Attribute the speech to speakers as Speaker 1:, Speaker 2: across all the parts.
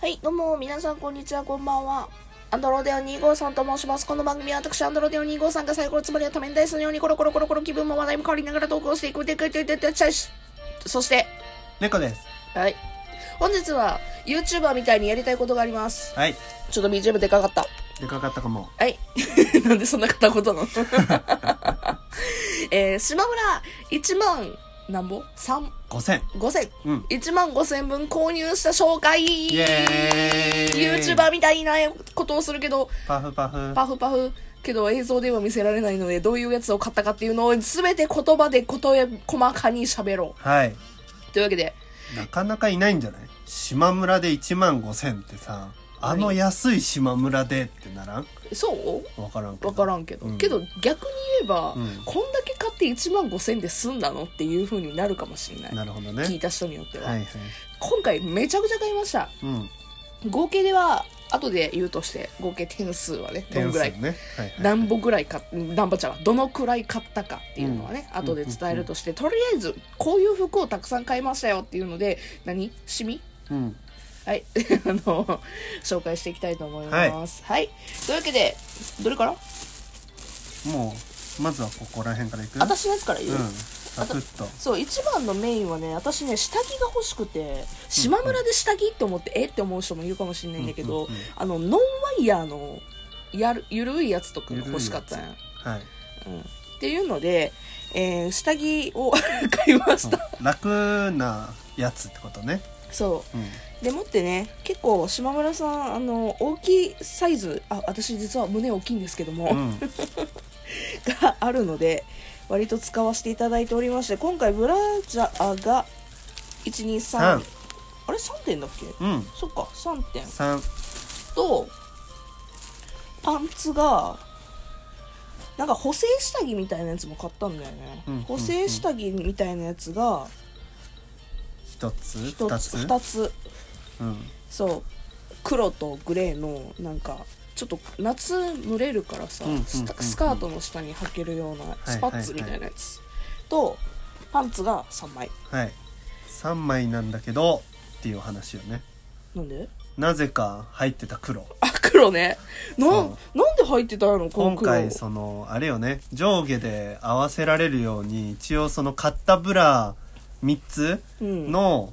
Speaker 1: はい、どうも、皆さん、こんにちは、こんばんは。アンドロデオ253と申します。この番組は私、アンドロデオ253がサイコロつまりは多面ダイスのようにコロコロコロコロ気分も話題も変わりながら投稿していく。でくでくでくしそして、
Speaker 2: 猫です。
Speaker 1: はい。本日は、YouTuber みたいにやりたいことがあります。
Speaker 2: はい。
Speaker 1: ちょっと BGM でかかった。
Speaker 2: でかかったかも。
Speaker 1: はい。 なんでそんな片言なの えー、島村、1万、なんぼ ?3、
Speaker 2: 五千。
Speaker 1: 5千。
Speaker 2: うん。
Speaker 1: 1万5千分購入した紹介
Speaker 2: イエーイ。
Speaker 1: YouTuber みたいなことをするけど、
Speaker 2: パフパフ。
Speaker 1: パフパフ、けど映像では見せられないので、どういうやつを買ったかっていうのを全て言葉でことえ細かに喋ろ
Speaker 2: はい。
Speaker 1: う。というわけで、
Speaker 2: なかなかいないんじゃない島村で一万五千ってさ、あの安い島村でってならん
Speaker 1: そう
Speaker 2: わからんけど。
Speaker 1: わからんけど、
Speaker 2: うん
Speaker 1: けど逆に言えば、
Speaker 2: うん
Speaker 1: こんだけ買って1万5千で済んだのっていう風になるかもしれない。
Speaker 2: なるほど
Speaker 1: 聞い
Speaker 2: ね。
Speaker 1: た人によっては、
Speaker 2: はいはい。
Speaker 1: 今回めちゃくちゃ買いました。
Speaker 2: うん。
Speaker 1: 合計では、後で言うとして、合計点数はね、どんぐらい
Speaker 2: 点数ね。はいはい。
Speaker 1: 何歩ぐらいか何歩ちゃうわどのくらい買ったかっていうのはね、
Speaker 2: うん
Speaker 1: 後で伝えるとして、とりあえずこういう服をたくさん買いましたよっていうので何シミ
Speaker 2: うん。
Speaker 1: はい あの紹介していきたいと思いますはい、というわけでどれから
Speaker 2: もう、まずはここら辺からいく
Speaker 1: 私のやつから言
Speaker 2: う
Speaker 1: う、
Speaker 2: ん。サクッと。
Speaker 1: そう一番のメインはね私ね下着が欲しくて島村で下着って思って、えって思う人もいるかもしれないんだけど、
Speaker 2: うんうんうん
Speaker 1: あのノンワイヤーのやるゆるいやつとかが欲しかったんや
Speaker 2: はい。
Speaker 1: うんっていうので、えー下着を 買いました、
Speaker 2: うん楽なやつってことね。
Speaker 1: そう
Speaker 2: うん。
Speaker 1: でもってね結構島村さんあの大きいサイズあ私実は胸大きいんですけども、
Speaker 2: うん。
Speaker 1: があるので割と使わせていただいておりまして今回ブラジャーが123
Speaker 2: 三
Speaker 1: あれ3点だっけ
Speaker 2: うん。
Speaker 1: そっか3点
Speaker 2: 三。
Speaker 1: とパンツがなんか補正下着みたいなやつも買ったんだよね、
Speaker 2: うん
Speaker 1: 補正下着みたいなやつが
Speaker 2: 一つ
Speaker 1: 1
Speaker 2: 二
Speaker 1: つ
Speaker 2: つ
Speaker 1: 2つ
Speaker 2: うん。
Speaker 1: そう黒とグレーのなんかちょっと夏蒸れるからさ、
Speaker 2: うんうんうんうん
Speaker 1: スタスカートの下に履けるようなスパッツみたいなやつ、とパンツが3枚
Speaker 2: はい3枚なんだけどっていうお話よね
Speaker 1: なんで
Speaker 2: なぜか入ってた黒
Speaker 1: あ黒ねな
Speaker 2: そ
Speaker 1: なんで入ってたのこの
Speaker 2: 今
Speaker 1: 黒
Speaker 2: 回そのあれよね上下で合わせられるように一応その買ったブラ3つ
Speaker 1: うん
Speaker 2: の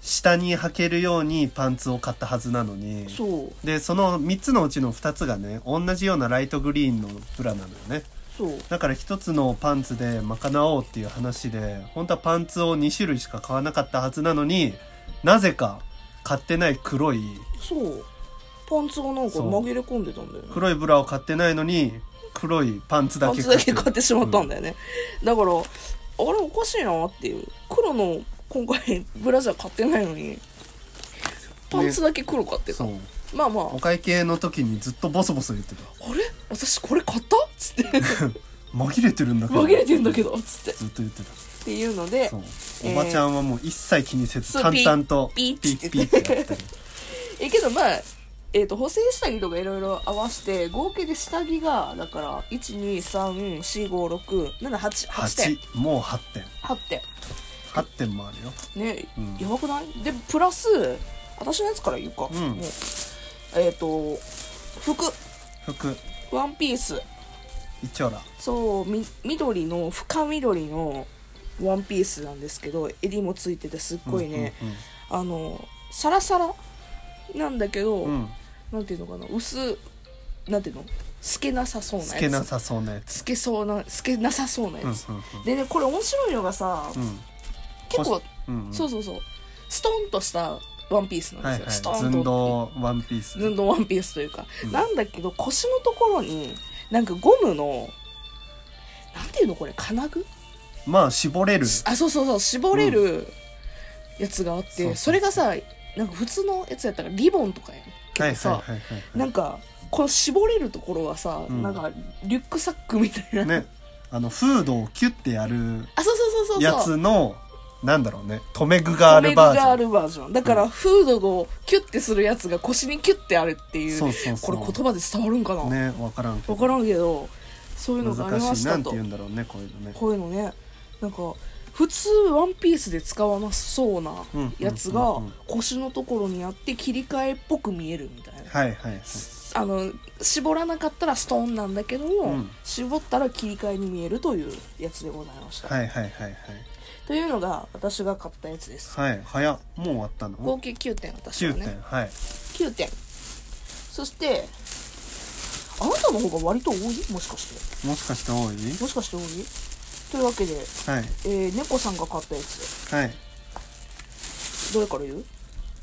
Speaker 2: 下に履けるようにパンツを買ったはずなのに
Speaker 1: そう
Speaker 2: でその3つのうちの2つがね同じようなライトグリーンのブラなのよね
Speaker 1: そう
Speaker 2: だから1つのパンツで賄おうっていう話で本当はパンツを2種類しか買わなかったはずなのになぜか買ってない黒い
Speaker 1: そうパンツがなんか
Speaker 2: そう
Speaker 1: 紛れ込んでたんだよね
Speaker 2: 黒いブラを買ってないのに黒いパンツだ
Speaker 1: パン
Speaker 2: け
Speaker 1: ツ
Speaker 2: 買
Speaker 1: だ
Speaker 2: っ
Speaker 1: け
Speaker 2: て
Speaker 1: 買ってしまったんだよね、だからあれおかしいなっていう黒の今回ブラジャー買ってないのにパンツだけ黒買ってた、
Speaker 2: そう
Speaker 1: まあまあ
Speaker 2: お会計の時にずっとボソボソ言ってた
Speaker 1: あれ私これ買ったつって
Speaker 2: 紛れてるんだけど
Speaker 1: 紛れてんだけどつって
Speaker 2: ずっと言って
Speaker 1: っていうので
Speaker 2: たそう
Speaker 1: えー
Speaker 2: おばちゃんはもう一切気にせず
Speaker 1: そう
Speaker 2: 淡々と
Speaker 1: ピ
Speaker 2: ピ
Speaker 1: ッ
Speaker 2: ッ
Speaker 1: ピ
Speaker 2: ピ
Speaker 1: ッ
Speaker 2: ッピッってや ってる
Speaker 1: えけどまあえー、と補正下着とかいろいろ合わせて合計で下着がだから12345678 8点
Speaker 2: 8もう8点
Speaker 1: 8点
Speaker 2: 8点もあるよ
Speaker 1: ね、
Speaker 2: うん
Speaker 1: やばくないでプラス私のやつから言うか、
Speaker 2: ん
Speaker 1: もえっ、と服
Speaker 2: 服
Speaker 1: ワンピース
Speaker 2: 一丁ら
Speaker 1: そうみ緑の深緑のワンピースなんですけど襟もついててすっごいね、
Speaker 2: うんうん
Speaker 1: あのサラサラなんだけど、
Speaker 2: うんうん
Speaker 1: なんていうのかな薄なんていうの透けなさそうなやつ
Speaker 2: つけなさそうなやつ
Speaker 1: 透けそうな透けなさそうなやつ、
Speaker 2: うんうんうん
Speaker 1: でねこれ面白いのがさ、
Speaker 2: うん
Speaker 1: 結構、
Speaker 2: うんうん
Speaker 1: そうそうそうストンとしたワンピースなんです
Speaker 2: はい
Speaker 1: よ、
Speaker 2: はい
Speaker 1: ストンと
Speaker 2: 寸胴ワンピース
Speaker 1: 寸胴ワンピースというか、なんだけど腰のところになんかゴムのなんていうのこれ金具
Speaker 2: まあ絞れる
Speaker 1: あそうそうそう絞れるやつがあって、そ
Speaker 2: そうそうそう
Speaker 1: れがさなんか普通のやつやったらリボンとかやんけどさ、
Speaker 2: はいはいはいはい
Speaker 1: なんかこの絞れるところはさ、
Speaker 2: うん
Speaker 1: なんかリュックサックみたいな、
Speaker 2: ねあのフードをキュッてやる
Speaker 1: あそうそうそうそうそう
Speaker 2: やつのなんだろうね留め具があるバージ
Speaker 1: 留め具があ
Speaker 2: ョン
Speaker 1: るバージョンだからフードをキュッてするやつが腰にキュッてあるっていう
Speaker 2: そうそうそう
Speaker 1: これ言葉で伝わるんかな、
Speaker 2: ね分からんけ
Speaker 1: 分
Speaker 2: ど
Speaker 1: からんけどそういうのがありま
Speaker 2: 難し
Speaker 1: し
Speaker 2: いな
Speaker 1: た
Speaker 2: んて
Speaker 1: と
Speaker 2: 言うんだろうねこういうのね
Speaker 1: こういうのねなんか普通ワンピースで使わなそうなやつ
Speaker 2: う
Speaker 1: が
Speaker 2: んうんうんうん
Speaker 1: 腰のところにあって切り替えっぽく見えるみたいな
Speaker 2: はいはいはい
Speaker 1: あの絞らなかったらストーンなんだけども、
Speaker 2: うん
Speaker 1: 絞ったら切り替えに見えるというやつでございました、
Speaker 2: はいはいはい
Speaker 1: というのが私が買ったやつです、
Speaker 2: はいはい早っもう終わったの
Speaker 1: 合計9点私は
Speaker 2: 9
Speaker 1: ね
Speaker 2: 点はい
Speaker 1: 9点そしてあなたの方が割と多いもしかして
Speaker 2: もしかして多い
Speaker 1: もしかして多いというわけで、
Speaker 2: はい
Speaker 1: えー、猫さんが買ったやつ
Speaker 2: はい
Speaker 1: どれから言う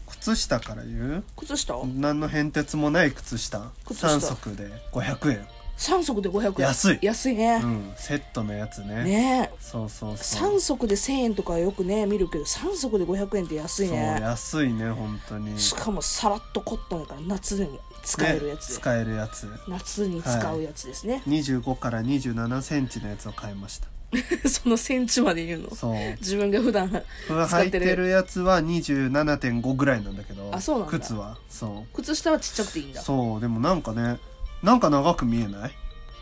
Speaker 2: 靴下から言う
Speaker 1: 靴下、
Speaker 2: 何の変哲もない靴下
Speaker 1: 靴下
Speaker 2: 3足で500円
Speaker 1: 3足で500円
Speaker 2: 安い
Speaker 1: 安いね
Speaker 2: う、んセットのやつね
Speaker 1: ねえ
Speaker 2: そうそうそう
Speaker 1: 3足で1000円とかよくね見るけど3足で500円って安い
Speaker 2: そう
Speaker 1: ね
Speaker 2: 安いね本当に
Speaker 1: しかもさらっとコットンやから夏でも使えるやつ
Speaker 2: ね
Speaker 1: で、
Speaker 2: 使えるやつ
Speaker 1: 夏に使うやつですね、
Speaker 2: 25から27センチのやつを買いました
Speaker 1: そのセンチまで言うの
Speaker 2: そう
Speaker 1: 自分が普段
Speaker 2: 僕が
Speaker 1: 使
Speaker 2: 履
Speaker 1: っ
Speaker 2: い
Speaker 1: て
Speaker 2: て
Speaker 1: る
Speaker 2: るやつは27.5ぐらいなんだけど
Speaker 1: あそうなんだ
Speaker 2: 靴はそ
Speaker 1: 靴下はちっちゃくていいん
Speaker 2: う
Speaker 1: だ
Speaker 2: そうでもなんかねなんか長く見えない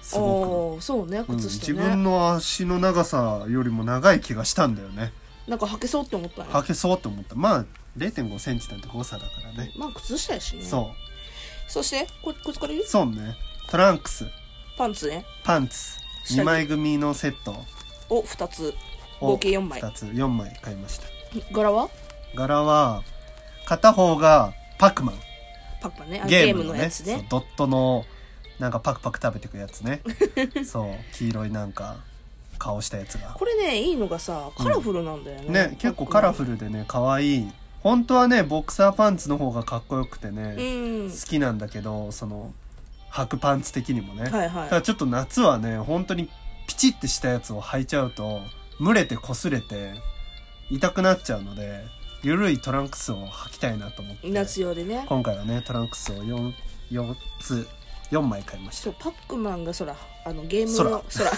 Speaker 2: すご
Speaker 1: おーそうね
Speaker 2: く、うん、
Speaker 1: 靴
Speaker 2: 自
Speaker 1: 下ね、
Speaker 2: 分の足の長さよりも長い気がしたんだよね
Speaker 1: なんか履けそうって思ったね
Speaker 2: 履けそうと思ったまあ0.5センチなんて誤差だからね、
Speaker 1: まあ靴下やしね
Speaker 2: そ
Speaker 1: そしてここっちから言う
Speaker 2: うそうねトランクス
Speaker 1: パンツね
Speaker 2: パンツ
Speaker 1: 下着
Speaker 2: 2枚組のセット
Speaker 1: を2つ
Speaker 2: を
Speaker 1: 合計4枚
Speaker 2: 2つ4枚買いました
Speaker 1: 柄は
Speaker 2: 柄は片方がパクマン
Speaker 1: パックマンねあ
Speaker 2: ゲ
Speaker 1: ゲ
Speaker 2: ー
Speaker 1: ーム
Speaker 2: ムの
Speaker 1: の
Speaker 2: ね
Speaker 1: やつ
Speaker 2: そう
Speaker 1: ね
Speaker 2: ドットのなんかパクパク食べてくや つねそう黄色いなんか顔したやつが
Speaker 1: これねいいのがさカラフルなんだよね、
Speaker 2: ね結構カラフルでね可愛い本当はねボクサーパンツの方がかっこよくて
Speaker 1: う
Speaker 2: ね、
Speaker 1: ん
Speaker 2: 好きなんだけどその履くパンツ的にもね、
Speaker 1: はい
Speaker 2: だから
Speaker 1: は
Speaker 2: ちょっと夏はね本当にピチってしたやつを履いちゃうと蒸れて擦れて痛くなっちゃうのでゆるいトランクスを履きたいなと思って
Speaker 1: い夏用でね
Speaker 2: 今回はねトランクスを 4, 4つ4枚買いまし
Speaker 1: そ
Speaker 2: た
Speaker 1: うパックマンがそらあのゲームの 空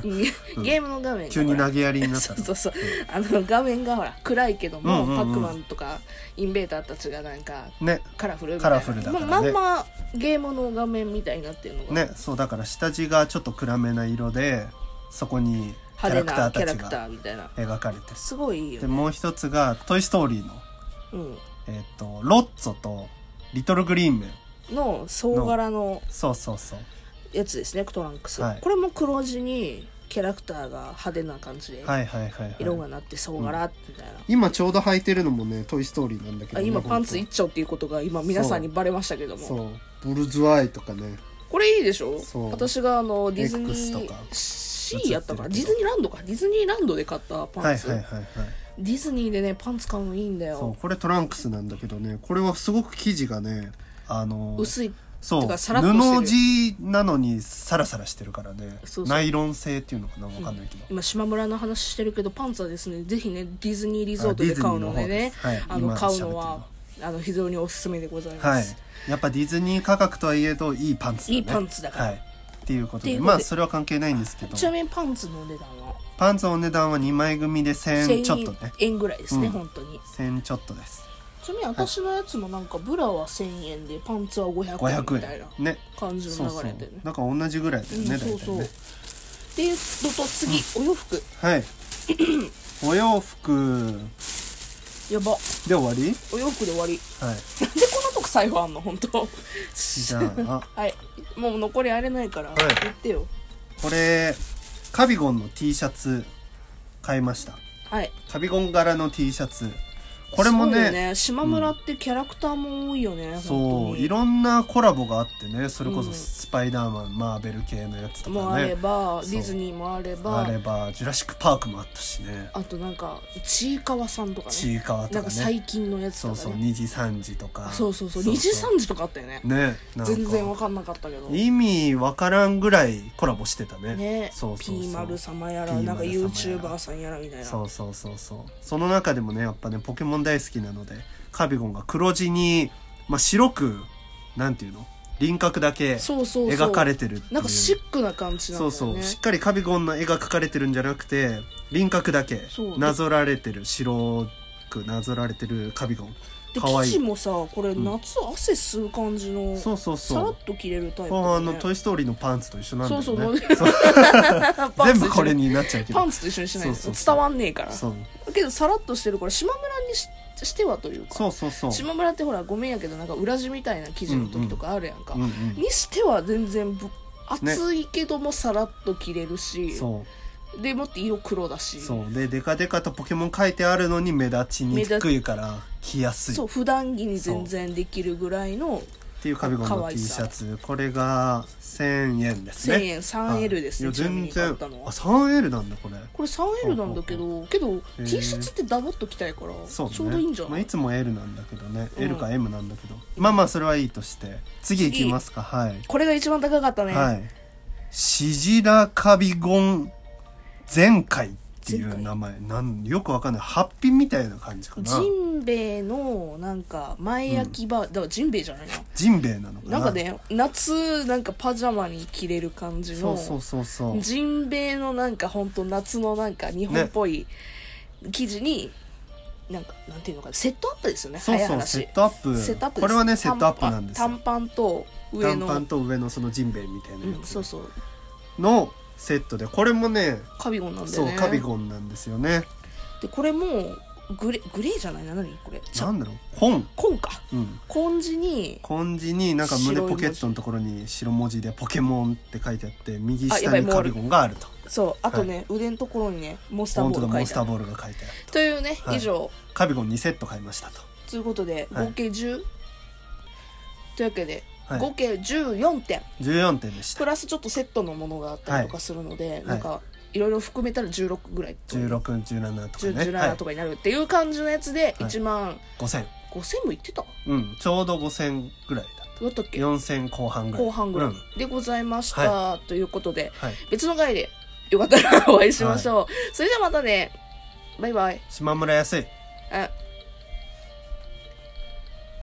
Speaker 1: ゲームの画面が
Speaker 2: 急に
Speaker 1: ほら
Speaker 2: 投げやりになっ
Speaker 1: そ
Speaker 2: た
Speaker 1: う
Speaker 2: ね
Speaker 1: そうそうあの画面がほら暗いけども、
Speaker 2: うんうんうん
Speaker 1: パックマンとかインベーターたちがなんか
Speaker 2: ね
Speaker 1: カラフルみた
Speaker 2: カ
Speaker 1: いな
Speaker 2: ラフルだからね
Speaker 1: もうまんまゲームの画面みたいになってるのが、
Speaker 2: ねそうだから下地がちょっと暗めな色でそこにキャラクタ
Speaker 1: 派
Speaker 2: ー
Speaker 1: 手な
Speaker 2: た
Speaker 1: キ
Speaker 2: ち
Speaker 1: ャラクター
Speaker 2: が
Speaker 1: みたいな
Speaker 2: 描かれてる
Speaker 1: すごいいいよ
Speaker 2: で
Speaker 1: ね
Speaker 2: もう一つが「トイ・ストーリーの」
Speaker 1: うん、
Speaker 2: えっとロッツォとリトル・グリーンメン
Speaker 1: の総柄の
Speaker 2: そうそうそう
Speaker 1: やつですねトランクス、
Speaker 2: はい
Speaker 1: これも黒地にキャラクターが派手な感じで
Speaker 2: はいはいはい、はい、
Speaker 1: 色がなって総柄みたいな、
Speaker 2: 今ちょうど履いてるのもね「トイ・ストーリー」なんだけど
Speaker 1: あ
Speaker 2: ね、
Speaker 1: 今
Speaker 2: 本当
Speaker 1: パンツ一丁っていうことが今皆さんにバレましたけども
Speaker 2: そうブルズワイとかね
Speaker 1: これいいでしょ
Speaker 2: そう
Speaker 1: 私があのディズニ
Speaker 2: X と
Speaker 1: ー
Speaker 2: か
Speaker 1: C やったかな
Speaker 2: 映ってる
Speaker 1: デ
Speaker 2: けど
Speaker 1: ィズニーランドかディズニーランドで買ったパ
Speaker 2: は
Speaker 1: ン
Speaker 2: い
Speaker 1: ツ、
Speaker 2: はいはいはい
Speaker 1: ディズニーでねパンツ買うのいいんだ
Speaker 2: そう
Speaker 1: よ
Speaker 2: これトランクスなんだけどねこれはすごく生地がねあの
Speaker 1: 薄い
Speaker 2: そ
Speaker 1: て
Speaker 2: う
Speaker 1: かさらっとしてる
Speaker 2: 布地なのにサラサラしてるからね
Speaker 1: そうそう
Speaker 2: ナイロン製っていうのかなわかんないけど、
Speaker 1: 今島村の話してるけどパンツはですねぜひねディズニーリゾートで買うのでね
Speaker 2: あディズニーの方で
Speaker 1: あ
Speaker 2: すはい
Speaker 1: の
Speaker 2: 今
Speaker 1: 買うのは
Speaker 2: 喋っ
Speaker 1: あの非常におすすめでございま
Speaker 2: はい
Speaker 1: す、
Speaker 2: やっぱディズニー価格とはいえどいいパンツだ、ね、
Speaker 1: いいパンツだから
Speaker 2: はい、っていうこと
Speaker 1: って
Speaker 2: で
Speaker 1: いうことで
Speaker 2: まあそれは関係ないんですけど
Speaker 1: ちなみにパンツのお値段は
Speaker 2: パンツのお値段は2枚組で1000円ちょっと
Speaker 1: 1000
Speaker 2: ね
Speaker 1: 円ぐらいですね、
Speaker 2: うん
Speaker 1: 本当に
Speaker 2: 1000円ちょっとです
Speaker 1: ちなみに私のやつもなんかブラは1000円でパンツは500円みたい
Speaker 2: 500
Speaker 1: な
Speaker 2: 円ね
Speaker 1: 感じ
Speaker 2: そう
Speaker 1: の
Speaker 2: そう
Speaker 1: 流れでね
Speaker 2: なんか同じぐらいだよね、
Speaker 1: うん、
Speaker 2: 大体
Speaker 1: そうそう。
Speaker 2: ね
Speaker 1: っていうのと次、お洋服
Speaker 2: はいお洋服
Speaker 1: やば
Speaker 2: で終わり
Speaker 1: お洋服で終わり
Speaker 2: はい
Speaker 1: なんでこんなとこ財布あんの本当
Speaker 2: じゃあ
Speaker 1: はいもう残りあれないから、
Speaker 2: い
Speaker 1: 言ってよ
Speaker 2: これカビゴンの T シャツ買いました
Speaker 1: はい
Speaker 2: カビゴン柄の T シャツこれも
Speaker 1: そうよ
Speaker 2: ね
Speaker 1: ね島村ってキャラクターも多いよね、本
Speaker 2: そ
Speaker 1: 当
Speaker 2: う
Speaker 1: に
Speaker 2: いろんなコラボがあってねそれこ
Speaker 1: う
Speaker 2: そ
Speaker 1: ん
Speaker 2: スパイダーマン、マーベル系のやつと
Speaker 1: も
Speaker 2: か
Speaker 1: あれ
Speaker 2: ね
Speaker 1: ば
Speaker 2: そう
Speaker 1: ディズニーもあれば
Speaker 2: あればジュラシック・パークもあったしね
Speaker 1: あとなんかちいかわさんとかね
Speaker 2: ちいかわ
Speaker 1: な
Speaker 2: と
Speaker 1: ん
Speaker 2: か
Speaker 1: か
Speaker 2: ね
Speaker 1: 最近のやつと
Speaker 2: そ
Speaker 1: か
Speaker 2: う
Speaker 1: ね
Speaker 2: そう2時3時とか
Speaker 1: そうそうそう二時三時とかあったよね
Speaker 2: ねなんか
Speaker 1: 全然わかんなかったけど
Speaker 2: 意味わからんぐらいコラボしてたね
Speaker 1: ね
Speaker 2: そうそうそう
Speaker 1: ピーマル様やら
Speaker 2: P
Speaker 1: なんか
Speaker 2: 丸様やら
Speaker 1: YouTuber さんやらみたいな
Speaker 2: そうそうそうそうその中でもねやっぱねポケモン大好きなのでカビゴンが黒地に、まあ、白くなんていうの輪郭だけ
Speaker 1: そうそうそう
Speaker 2: 描かれてるっていう
Speaker 1: なんかシックな感じなんだ
Speaker 2: そ
Speaker 1: よ
Speaker 2: う
Speaker 1: ね
Speaker 2: そうしっかりカビゴンの絵が描かれてるんじゃなくて輪郭だけ
Speaker 1: そう
Speaker 2: なぞられてる白くなぞられてるカビゴン
Speaker 1: で
Speaker 2: 可
Speaker 1: 生
Speaker 2: 愛い
Speaker 1: 地もさこれ夏汗吸う感じの
Speaker 2: そうそう
Speaker 1: さらっ
Speaker 2: そ
Speaker 1: と着れるタイプだ
Speaker 2: うこ
Speaker 1: ね
Speaker 2: うあの「トイ・ストーリー」のパンツと一緒なんだよね
Speaker 1: そうそう
Speaker 2: そう
Speaker 1: パン
Speaker 2: 全
Speaker 1: ツ
Speaker 2: 部これ
Speaker 1: 一緒
Speaker 2: になっちゃうけど
Speaker 1: パンツと一緒にしない
Speaker 2: そうそう
Speaker 1: と
Speaker 2: そう
Speaker 1: 伝わんねえから
Speaker 2: そう
Speaker 1: だけどさらっとしてるから島村にししてはというか
Speaker 2: そうそうそう
Speaker 1: 島村ってほらごめんやけどなんか裏地みたいな生地の時とかあるやんか、
Speaker 2: うんうん
Speaker 1: にしては全然ぶ
Speaker 2: ね
Speaker 1: 暑いけどもさらっと着れるし、
Speaker 2: そ
Speaker 1: でもって色黒だし
Speaker 2: うそうでデカデカとポケモン書いてあるのに目立ちにくいから着やすい
Speaker 1: そ
Speaker 2: っ
Speaker 1: う普段着に全然できるぐらいの
Speaker 2: ていうカビゴン
Speaker 1: 可
Speaker 2: の
Speaker 1: 愛
Speaker 2: T シ
Speaker 1: さ
Speaker 2: ャツこれが1000円ですね
Speaker 1: 1000円 3L ですね、
Speaker 2: はいい
Speaker 1: ち
Speaker 2: や
Speaker 1: なみ
Speaker 2: 全
Speaker 1: に買
Speaker 2: 然あ
Speaker 1: ったのは
Speaker 2: 3L なんだこれ
Speaker 1: これ 3L なんだけどけど T シャツってダボっと着たいから
Speaker 2: そうね
Speaker 1: ちょうどいいんじゃ
Speaker 2: ま
Speaker 1: な
Speaker 2: あ、
Speaker 1: い、
Speaker 2: いつも L なんだけどね、
Speaker 1: うん
Speaker 2: L か M なんだけどまあまあそれはいいとして次いきますかはい、
Speaker 1: これが一番高かったね、
Speaker 2: はいシジラカビゴン全開っていう名前なんよくわかんないハッピーみたいな感じかな
Speaker 1: ジンベエのなんか前焼きバー、だからジンベエじゃないな
Speaker 2: ジンベエなのか
Speaker 1: な
Speaker 2: な
Speaker 1: んかね夏なんかパジャマに着れる感じ
Speaker 2: そ
Speaker 1: の
Speaker 2: うそうそうそう
Speaker 1: ジンベエのなんか本当夏のなんか日本っぽい生地に、なんかなんていうのかなセットアップですよね
Speaker 2: そう
Speaker 1: 早い
Speaker 2: そう
Speaker 1: 話
Speaker 2: セットアップ
Speaker 1: セットアップです
Speaker 2: これはねセットアップなんですよ
Speaker 1: 短パン短パンと上
Speaker 2: 短
Speaker 1: の
Speaker 2: パンと上のそのジンベエみたいな
Speaker 1: うん、
Speaker 2: や
Speaker 1: そう
Speaker 2: つ
Speaker 1: そう
Speaker 2: のセットでこれもね
Speaker 1: カビゴンなんだ
Speaker 2: そ
Speaker 1: よ
Speaker 2: う
Speaker 1: ね
Speaker 2: カビゴンなんですよね
Speaker 1: でこれもグレグレーじゃないな何これちゃ
Speaker 2: なんだろうコン、
Speaker 1: 紺か
Speaker 2: うん、
Speaker 1: 紺地に
Speaker 2: 漢字になんか胸ポケットのところに白文字で「ポケモン」って書いてあって右
Speaker 1: あや
Speaker 2: 下
Speaker 1: ばい
Speaker 2: に
Speaker 1: もう
Speaker 2: カ
Speaker 1: あ
Speaker 2: ビ
Speaker 1: る
Speaker 2: ゴンがあると
Speaker 1: そうあとね、腕のところにねモンスター
Speaker 2: 本
Speaker 1: ボ
Speaker 2: 当
Speaker 1: ー
Speaker 2: だ
Speaker 1: ル
Speaker 2: モ
Speaker 1: 書い
Speaker 2: ン
Speaker 1: てあ
Speaker 2: スター
Speaker 1: る
Speaker 2: ボールが書いてある
Speaker 1: というね、
Speaker 2: はい
Speaker 1: 以上
Speaker 2: カビゴン2セット買いましたと
Speaker 1: ということで
Speaker 2: はい
Speaker 1: 合計 10?、というわけで、
Speaker 2: はい
Speaker 1: 合計14点
Speaker 2: 14点でし
Speaker 1: プ
Speaker 2: た
Speaker 1: ラスちょっとセットのものがあったりとかするので、なんかいろいろ含めたら16ぐらいと
Speaker 2: 1617とかね、
Speaker 1: 17
Speaker 2: はい
Speaker 1: と、かになるっていう感じのやつで
Speaker 2: はい
Speaker 1: 1万、
Speaker 2: 5000
Speaker 1: 5000もいってただ
Speaker 2: うんちょうど5000ぐらいだ
Speaker 1: ったっけ
Speaker 2: 4000後半ぐらい
Speaker 1: 後半ぐら
Speaker 2: う
Speaker 1: い
Speaker 2: ん
Speaker 1: でございました、ということで
Speaker 2: はい、
Speaker 1: 別の回で よかったらお会いしましょう、それではまたねバイバイ
Speaker 2: 島村安い
Speaker 1: あ